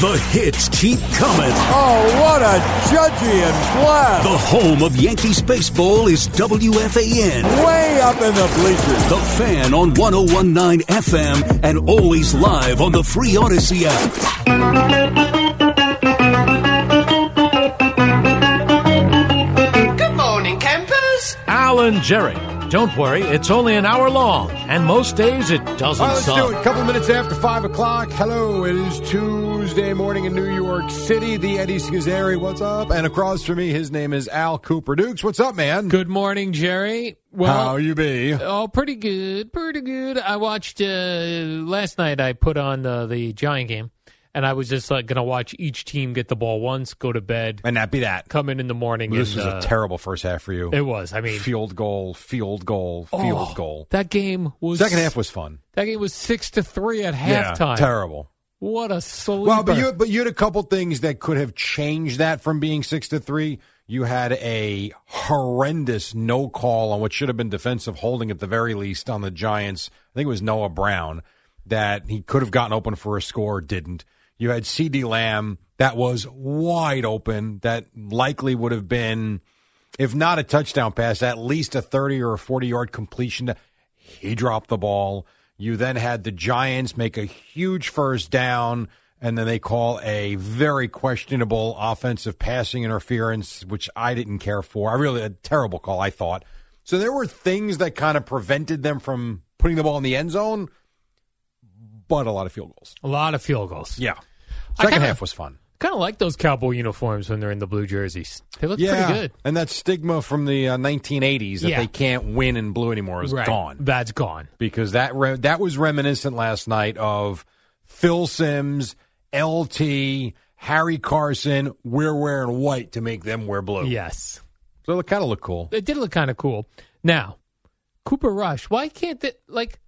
The hits keep coming. Oh, what a judgy and blast. The home of Yankees baseball is WFAN. Way up in the bleachers. The fan on 1019 FM and always live on the free Odyssey app. Good morning, campers. Alan Jerry. Don't worry, it's only an hour long, and most days it doesn't right, let's suck. Do it. A couple minutes after five o'clock. Hello, it is Tuesday morning in New York City. The Eddie Schizzeri, what's up? And across from me, his name is Al Cooper Dukes. What's up, man? Good morning, Jerry. Well, How you be? Oh, pretty good, pretty good. I watched uh, last night. I put on uh, the Giant game and I was just like going to watch each team get the ball once, go to bed, and that be that. Come in in the morning. This and, was uh, a terrible first half for you. It was. I mean, field goal, field goal, field oh, goal. That game was second half was fun. That game was six to three at halftime. Yeah, terrible. What a sleeper. Well, but you but you had a couple things that could have changed that from being six to three. You had a horrendous no call on what should have been defensive holding at the very least on the Giants. I think it was Noah Brown that he could have gotten open for a score, didn't. You had CD Lamb that was wide open, that likely would have been, if not a touchdown pass, at least a 30 or a 40 yard completion. He dropped the ball. You then had the Giants make a huge first down, and then they call a very questionable offensive passing interference, which I didn't care for. I really, a terrible call, I thought. So there were things that kind of prevented them from putting the ball in the end zone, but a lot of field goals. A lot of field goals. Yeah. Second kinda, half was fun. Kind of like those cowboy uniforms when they're in the blue jerseys. They look yeah, pretty good. And that stigma from the uh, 1980s that yeah. they can't win in blue anymore is right. gone. That's gone. Because that re- that was reminiscent last night of Phil Sims, LT, Harry Carson. We're wearing white to make them wear blue. Yes. So it kind of looked cool. It did look kind of cool. Now, Cooper Rush. Why can't that like?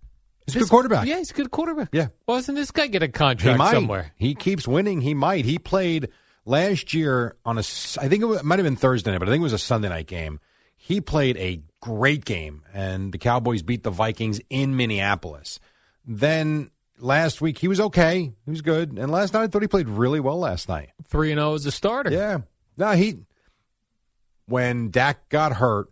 He's this, a good quarterback. Yeah, he's a good quarterback. Yeah. Why doesn't this guy get a contract he might. somewhere? He keeps winning. He might. He played last year on a, I think it, was, it might have been Thursday night, but I think it was a Sunday night game. He played a great game, and the Cowboys beat the Vikings in Minneapolis. Then last week, he was okay. He was good. And last night, I thought he played really well last night. 3 and 0 as a starter. Yeah. No, he, when Dak got hurt,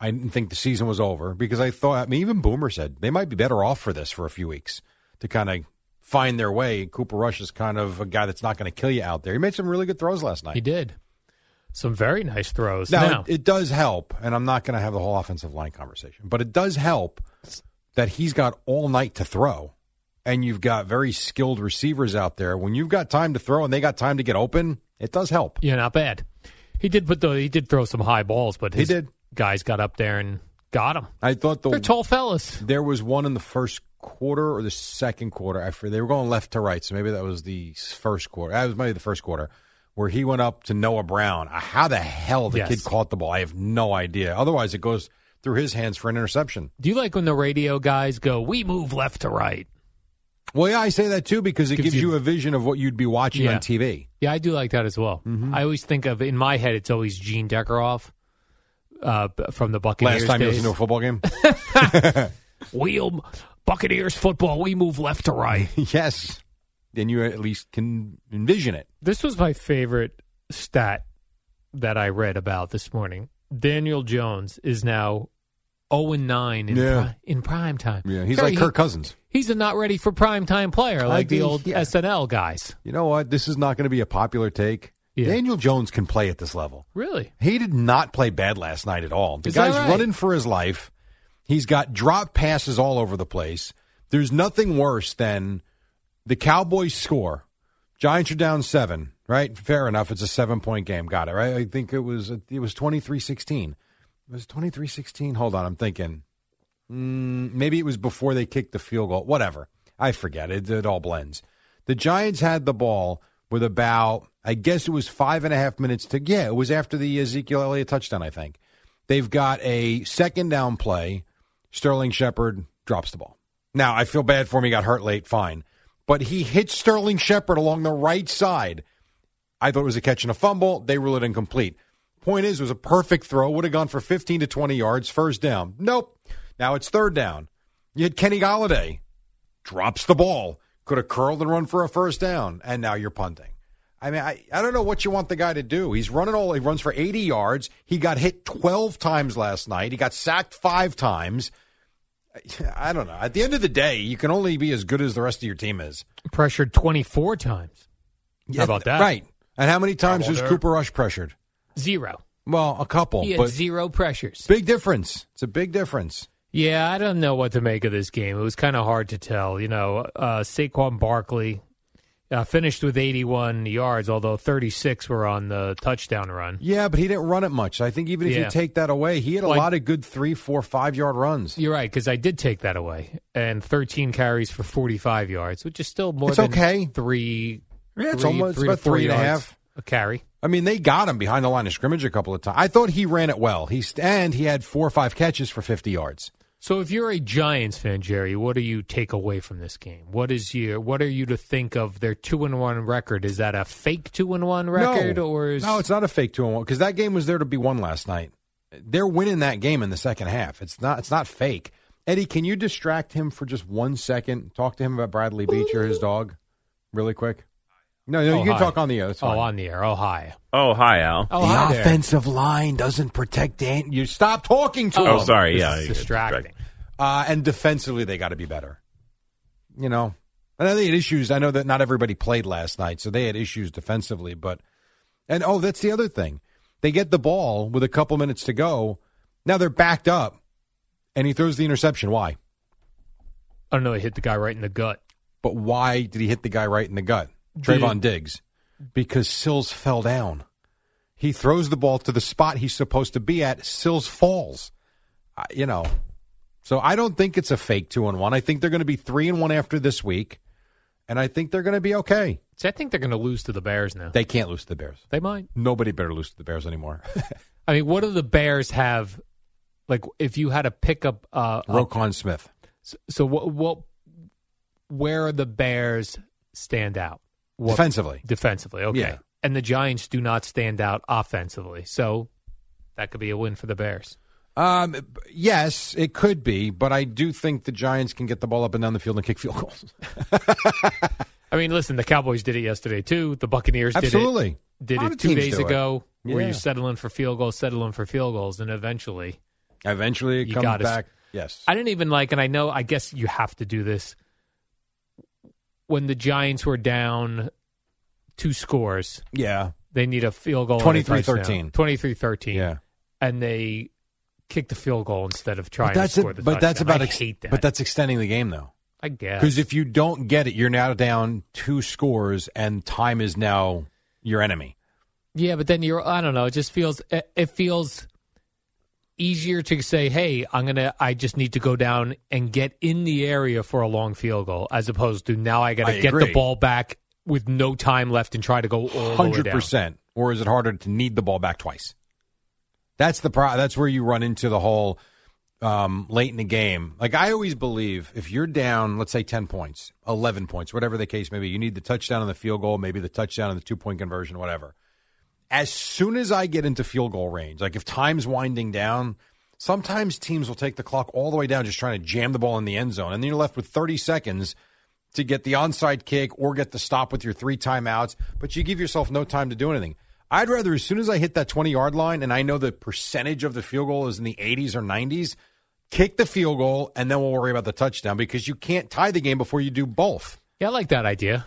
I didn't think the season was over because I thought, I mean, even Boomer said they might be better off for this for a few weeks to kind of find their way. Cooper Rush is kind of a guy that's not going to kill you out there. He made some really good throws last night. He did. Some very nice throws. Now, now. It, it, does help, and I'm not going to have the whole offensive line conversation, but it does help that he's got all night to throw, and you've got very skilled receivers out there. When you've got time to throw and they got time to get open, it does help. Yeah, not bad. He did, but he did throw some high balls, but his, he did guys got up there and got him. I thought the They're tall fellas. There was one in the first quarter or the second quarter. After they were going left to right, so maybe that was the first quarter. That was maybe the first quarter where he went up to Noah Brown. Uh, How the hell the yes. kid caught the ball? I have no idea. Otherwise, it goes through his hands for an interception. Do you like when the radio guys go, "We move left to right"? Well, yeah, I say that too because it gives, gives you, you, a vision of what you'd be watching yeah. on TV. Yeah, I do like that as well. Mm-hmm. I always think of in my head, it's always Gene Deckeroff. Uh, from the Buccaneers. Last time days. you listened to a football game, wheel Buccaneers football. We move left to right. yes, then you at least can envision it. This was my favorite stat that I read about this morning. Daniel Jones is now zero and nine in yeah. pri- in prime time. Yeah, he's Sorry, like Kirk he, Cousins. He's a not ready for prime time player like I the old yeah. SNL guys. You know what? This is not going to be a popular take. Yeah. Daniel Jones can play at this level. Really? He did not play bad last night at all. The Is guy's right? running for his life. He's got drop passes all over the place. There's nothing worse than the Cowboys score. Giants are down seven, right? Fair enough. It's a seven point game. Got it, right? I think it was it was 23 16. It was 23 16. Hold on. I'm thinking. Mm, maybe it was before they kicked the field goal. Whatever. I forget. It, it all blends. The Giants had the ball with about, I guess it was five and a half minutes to, yeah, it was after the Ezekiel Elliott touchdown, I think. They've got a second down play. Sterling Shepard drops the ball. Now, I feel bad for him. He got hurt late, fine. But he hits Sterling Shepard along the right side. I thought it was a catch and a fumble. They rule it incomplete. Point is, it was a perfect throw. Would have gone for 15 to 20 yards, first down. Nope. Now it's third down. You had Kenny Galladay, drops the ball, could have curled and run for a first down, and now you're punting. I mean, I, I don't know what you want the guy to do. He's running all, he runs for 80 yards. He got hit 12 times last night. He got sacked five times. I don't know. At the end of the day, you can only be as good as the rest of your team is. Pressured 24 times. How about that? Right. And how many times was Double Cooper Rush pressured? Zero. Well, a couple. He had but zero pressures. big difference. It's a big difference. Yeah, I don't know what to make of this game. It was kind of hard to tell. You know, uh, Saquon Barkley uh, finished with 81 yards, although 36 were on the touchdown run. Yeah, but he didn't run it much. I think even if Yeah. you take that away, he had a Like- lot of good three, four, five yard runs. You're right, because I did take that away. And 13 carries for 45 yards, which is still more It's than okay. three. Yeah, it's three- almost- it's three to about four three and a yards half. a carry. I mean, they got him behind the line of scrimmage a couple of times. I thought he ran it well. He and he had four or five catches for fifty yards. So, if you're a Giants fan, Jerry, what do you take away from this game? What is your what are you to think of their two and one record? Is that a fake two and one record, no. or is no, it's not a fake two and one because that game was there to be won last night. They're winning that game in the second half. It's not. It's not fake. Eddie, can you distract him for just one second? Talk to him about Bradley Beecher, his dog, really quick. No, no, Oh, you can hi. talk on the air. It's oh fine. on the air? Oh hi, Oh, hi, Al. oh the hi there. offensive line doesn't protect Dan. You stop talking to him. Oh, sorry. This yeah, is you get distracting. Uh, and defensively, they got to be better. You know, and I think had issues. I know that not everybody played last night, so they had issues defensively. But and oh, that's the other thing. They get the ball with a couple minutes to go. Now they're backed up, and he throws the interception. Why? I don't know. He Oh, hit the guy right in the gut. But why did he hit the guy right in the gut? Did- Trayvon Diggs. Because Sills fell down. He throws the ball to the spot he's supposed to be at. Sills falls. I- You know. So I don't think it's a fake two and one. I think they're going to be three and one after this week. And I think they're going to be okay. So I think they're going to lose to the Bears now. They, They can't lose to the Bears. might. Nobody better lose to the Bears anymore. I mean, what do the Bears have? Like, if you had to pick up, uh, a- Rokon Smith. so what? What? Where are the Bears stand out? What, Defensively. Defensively, okay. Yeah. And the Giants do not stand out offensively, so that could be a win for the Bears. Um, yes, it could be, but I do think the Giants can get the ball up and down the field and kick field goals. I mean, listen, the Cowboys did it yesterday too. The Buccaneers Absolutely. did it. Did A lot of it two teams days do it. ago. Where Yeah. you're settling for field goals, settling for field goals, and eventually Eventually, it You comes gotta s- back. Yes. I didn't even like, and I know, I guess you have to do this. When the Giants were down two scores, yeah. they need a field goal. 23-13. 23 13. Yeah. And they kicked the field goal instead of trying But that's to a- score the but that's touchdown. about I ex- hate that. But that's extending the game though, I guess. because if you don't get it, you're now down two scores, and time is now your enemy. Yeah, but then you're I don't know, it just feels it it feels easier to say, "Hey, I'm going to I just need to go down and get in the area for a long field goal" as opposed to now I got I to get agree. the ball back with no time left and try to go all the way Hundred down. percent, or is it harder to need the ball back twice? That's the pro. That's where you run into the whole um, late in the game. Like I always believe, if you're down, let's say ten points, eleven points, whatever the case may be, you need the touchdown and the field goal, maybe the touchdown and the two point conversion, whatever. As soon as I get into field goal range, like if time's winding down, sometimes teams will take the clock all the way down, just trying to jam the ball in the end zone, and then you're left with thirty seconds to get the onside kick or get the stop with your three timeouts, but you give yourself no time to do anything. I'd rather, as soon as I hit that 20 yard line and I know the percentage of the field goal is in the 80s or 90s, kick the field goal and then we'll worry about the touchdown because you can't tie the game before you do both. Yeah, I like that idea.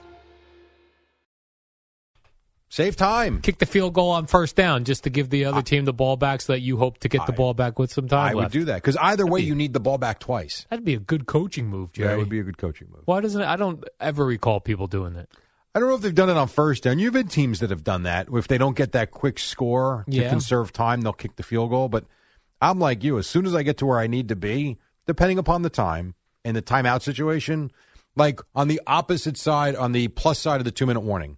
Save time. Kick the field goal on first down just to give the other team the ball back so that you hope to get the ball back with some time I would left. do that because either way, you need the ball back twice. That'd be a good coaching move, Jerry. That would be a good coaching move. Why doesn't it, I don't ever recall people doing that? I don't know if they've done it on first down. You've been teams that have done that. If they don't get that quick score to Yeah. conserve time, they'll kick the field goal. But I'm like you. As soon as I get to where I need to be, depending upon the time and the timeout situation, like on the opposite side, on the plus side of the two minute warning,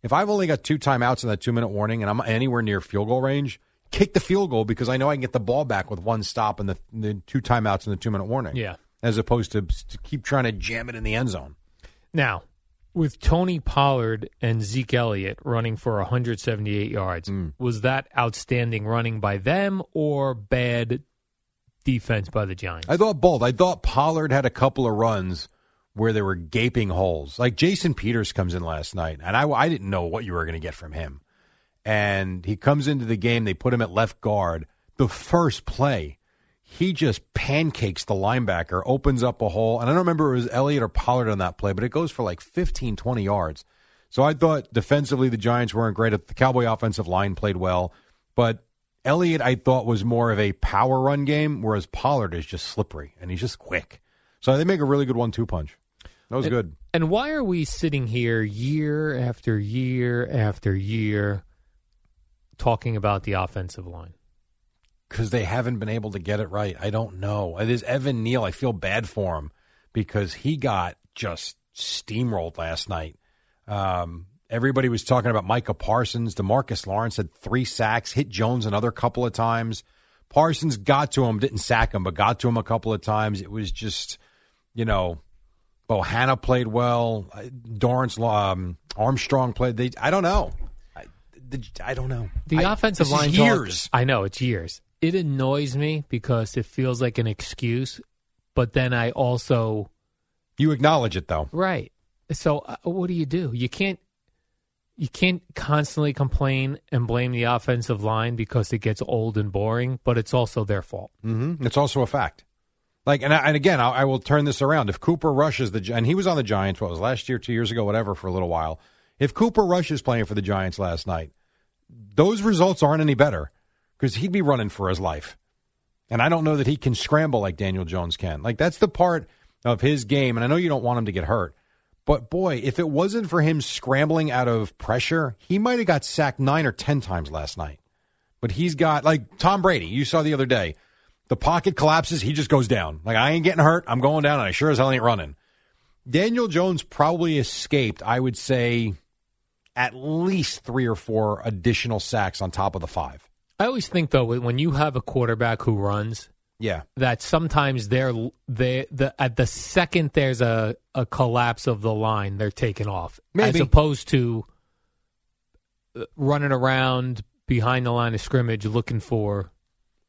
if I've only got two timeouts in that two minute warning and I'm anywhere near field goal range, kick the field goal because I know I can get the ball back with one stop and the, the two timeouts in the two minute warning. Yeah. As opposed to, to keep trying to jam it in the end zone. Now, with Tony Pollard and Zeke Elliott running for 178 yards, Mm. was that outstanding running by them or bad defense by the Giants? I thought both. I thought Pollard had a couple of runs where there were gaping holes. Like Jason Peters comes in last night, and I, I didn't know what you were going to get from him. And he comes into the game. They put him at left guard. The first play, he just pancakes the linebacker, opens up a hole. And I don't remember if it was Elliott or Pollard on that play, but it goes for like 15, 20 yards. So I thought defensively the Giants weren't great. The Cowboy offensive line played well, but Elliott I thought was more of a power run game, whereas Pollard is just slippery and he's just quick. So they make a really good one-two punch. That was good. And why are we sitting here year after year after year talking about the offensive line? because they haven't been able to get it right. I don't know. It is Evan Neal. I feel bad for him because he got just steamrolled last night. Um, everybody was talking about Micah Parsons. Demarcus Lawrence had three sacks, hit Jones another couple of times. Parsons got to him, didn't sack him, but got to him a couple of times. It was just, you know, Bohanna played well. Uh, Dorrance um, Armstrong played. They, I don't know. I, the, I don't know. The I- offensive this is line talk- years. I know it's years. It annoys me because it feels like an excuse, but then I also You acknowledge it though. right. So uh, what do you do? You can't you can't constantly complain and blame the offensive line because it gets old and boring, but it's also their fault. hmm It's also a fact. Like, and, I, and again, I, I will turn this around. If Cooper rushes the, Gi- and he was on the Giants, what was it, last year, two years ago, whatever, for a little while. If Cooper Rush is playing for the Giants last night, those results aren't any better because he'd be running for his life. And I don't know that he can scramble like Daniel Jones can. Like, that's the part of his game. And I know you don't want him to get hurt. But boy, if it wasn't for him scrambling out of pressure, he might have got sacked nine or 10 times last night. But he's got, like Tom Brady, you saw the other day, the pocket collapses, he just goes down. Like, I ain't getting hurt. I'm going down, and I sure as hell ain't running. Daniel Jones probably escaped, I would say, at least three or four additional sacks on top of the five. I always think though when when you have a quarterback who runs Yeah. that sometimes they're they the at the second there's a, a collapse of the line they're taken off Maybe. as opposed to uh, running around behind the line of scrimmage looking for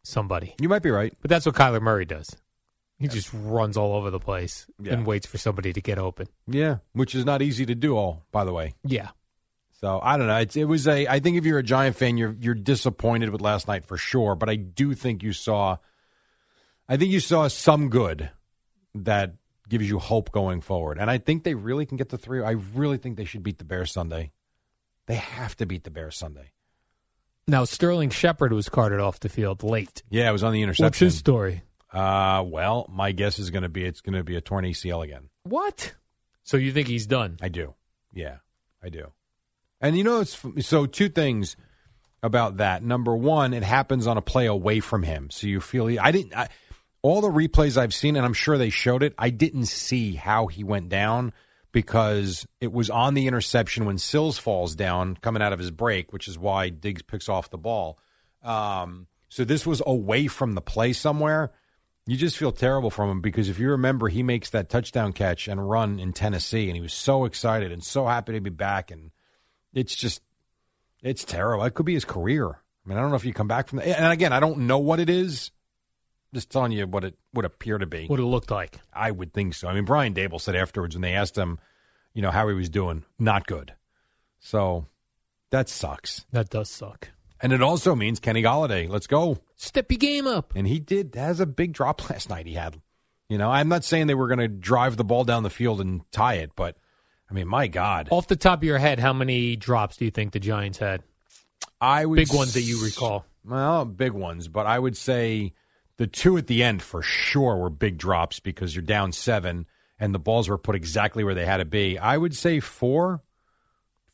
somebody. You might be right. But that's what Kyler Murray does. He just runs all over the place Yeah. and waits for somebody to get open. Yeah. Which is not easy to do, all, by the way. Yeah. So I don't know. It's, it was a. I think if you're a Giant fan, you're you're disappointed with last night for sure. But I do think you saw. I think you saw some good that gives you hope going forward, and I think they really can get the three. I really think they should beat the Bears Sunday. They have to beat the Bears Sunday. Now Sterling Shepard was carted off the field late. Yeah, it was on the interception. What's his story? uh, well, my guess is going to be it's going to be a torn ACL again. What? So you think he's done? I do. Yeah, I do. And you know, it's so two things about that. Number one, it happens on a play away from him, so you feel. He, I didn't. I, all the replays I've seen, and I'm sure they showed it. I didn't see how he went down because it was on the interception when Sills falls down coming out of his break, which is why Diggs picks off the ball. Um, so this was away from the play somewhere. You just feel terrible from him because if you remember, he makes that touchdown catch and run in Tennessee, and he was so excited and so happy to be back, and It's just, it's terrible. It could be his career. I mean, I don't know if you come back from that. And again, I don't know what it is. Just telling you what it would appear to be. What it looked like. I would think so. I mean, Brian Dable said afterwards when they asked him, you know, how he was doing, not good. So that sucks. That does suck. And it also means Kenny Galladay, let's go. Step your game up. And he did. That was a big drop last night he had. You know, I'm not saying they were going to drive the ball down the field and tie it, but I mean, my God. Off the top of your head, how many drops do you think the Giants had? I would Big ones that you recall. Well, big ones, but I would say the two at the end for sure were big drops because you're down seven and the balls were put exactly where they had to be. I would say four.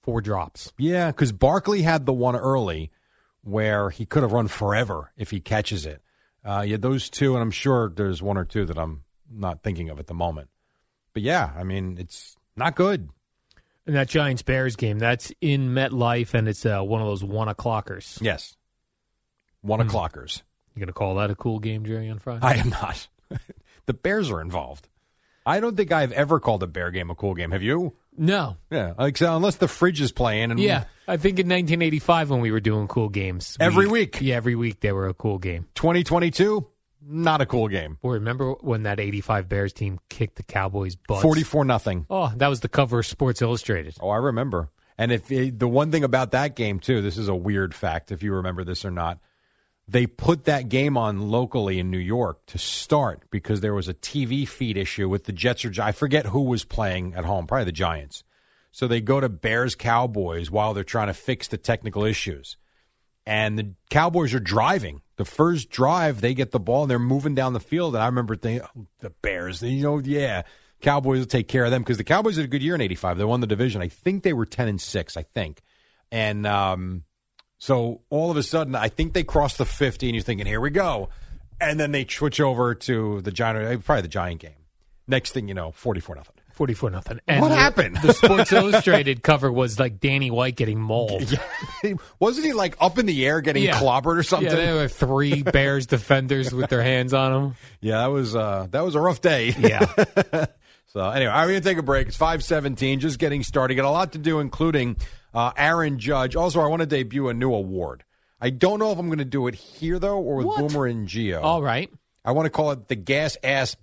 Four drops. Yeah, because Barkley had the one early where he could have run forever if he catches it. Uh, yeah, those two, and I'm sure there's one or two that I'm not thinking of at the moment. But yeah, I mean, it's not good. And that Giants Bears game, that's in MetLife, and it's uh, one of those one o'clockers. Yes. One Hmm. o'clockers. You going to call that a cool game, Jerry, on Friday? I am not. the Bears are involved. I don't think I've ever called a bear game a cool game. Have you? no. Yeah, like, so unless the fridge is playing. And Yeah. I think in 1985 when we were doing cool games. Every we- week. Yeah, every week they were a cool game. 2022, not a cool game. Or remember when that 85 Bears team kicked the Cowboys' butt? 44 nothing. Oh, that was the cover of Sports Illustrated. Oh, I remember. And if the one thing about that game too, this is a weird fact if you remember this or not. They put that game on locally in New York to start because there was a TV feed issue with the Jets or Gi- I forget who was playing at home, probably the Giants. So they go to Bears Cowboys while they're trying to fix the technical issues. And the Cowboys are driving. The first drive, they get the ball and they're moving down the field. And I remember thinking, oh, the Bears, you know, yeah, Cowboys will take care of them because the Cowboys had a good year in '85. They won the division. I think they were ten and six. I think, and um, so all of a sudden, I think they crossed the fifty, and you're thinking, here we go, and then they switch over to the Giant, uh, probably the Giant game. Next thing you know, forty-four nothing. 44 nothing. What happened? The Sports Illustrated cover was like Danny White getting mauled. Wasn't he like up in the air getting Yeah. clobbered or something? Yeah, there were three Bears defenders with their hands on them. Yeah, that was uh, that was a rough day. Yeah. So anyway, I'm going to take a break. It's 517, just getting started. Got a lot to do, including uh, Aaron Judge. Also, I want to debut a new award. I don't know if I'm going to do it here, though, or with Boomer and Geo. All right. I want to call it the Gas Ass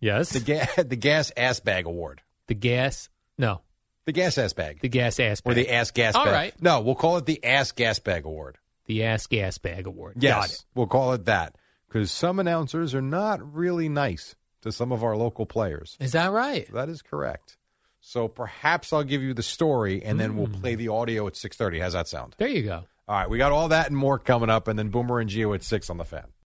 Yes. the, The, ga- the Gas Ass Bag Award. gas. No. The Gas Ass Bag. The gas ass bag. or the Ass Gas All Bag. right. No, we'll call it the Ass Gas Bag Award. the ass gas bag award. Got it. Yes, we'll call it that because some announcers are not really nice to some of our local players. Is that right? That is correct. So perhaps I'll give you the story, and then we'll play the audio at six thirty. How's that sound? There you go. All right, we got all that and more coming up, and then Boomer and Geo at six on the fan.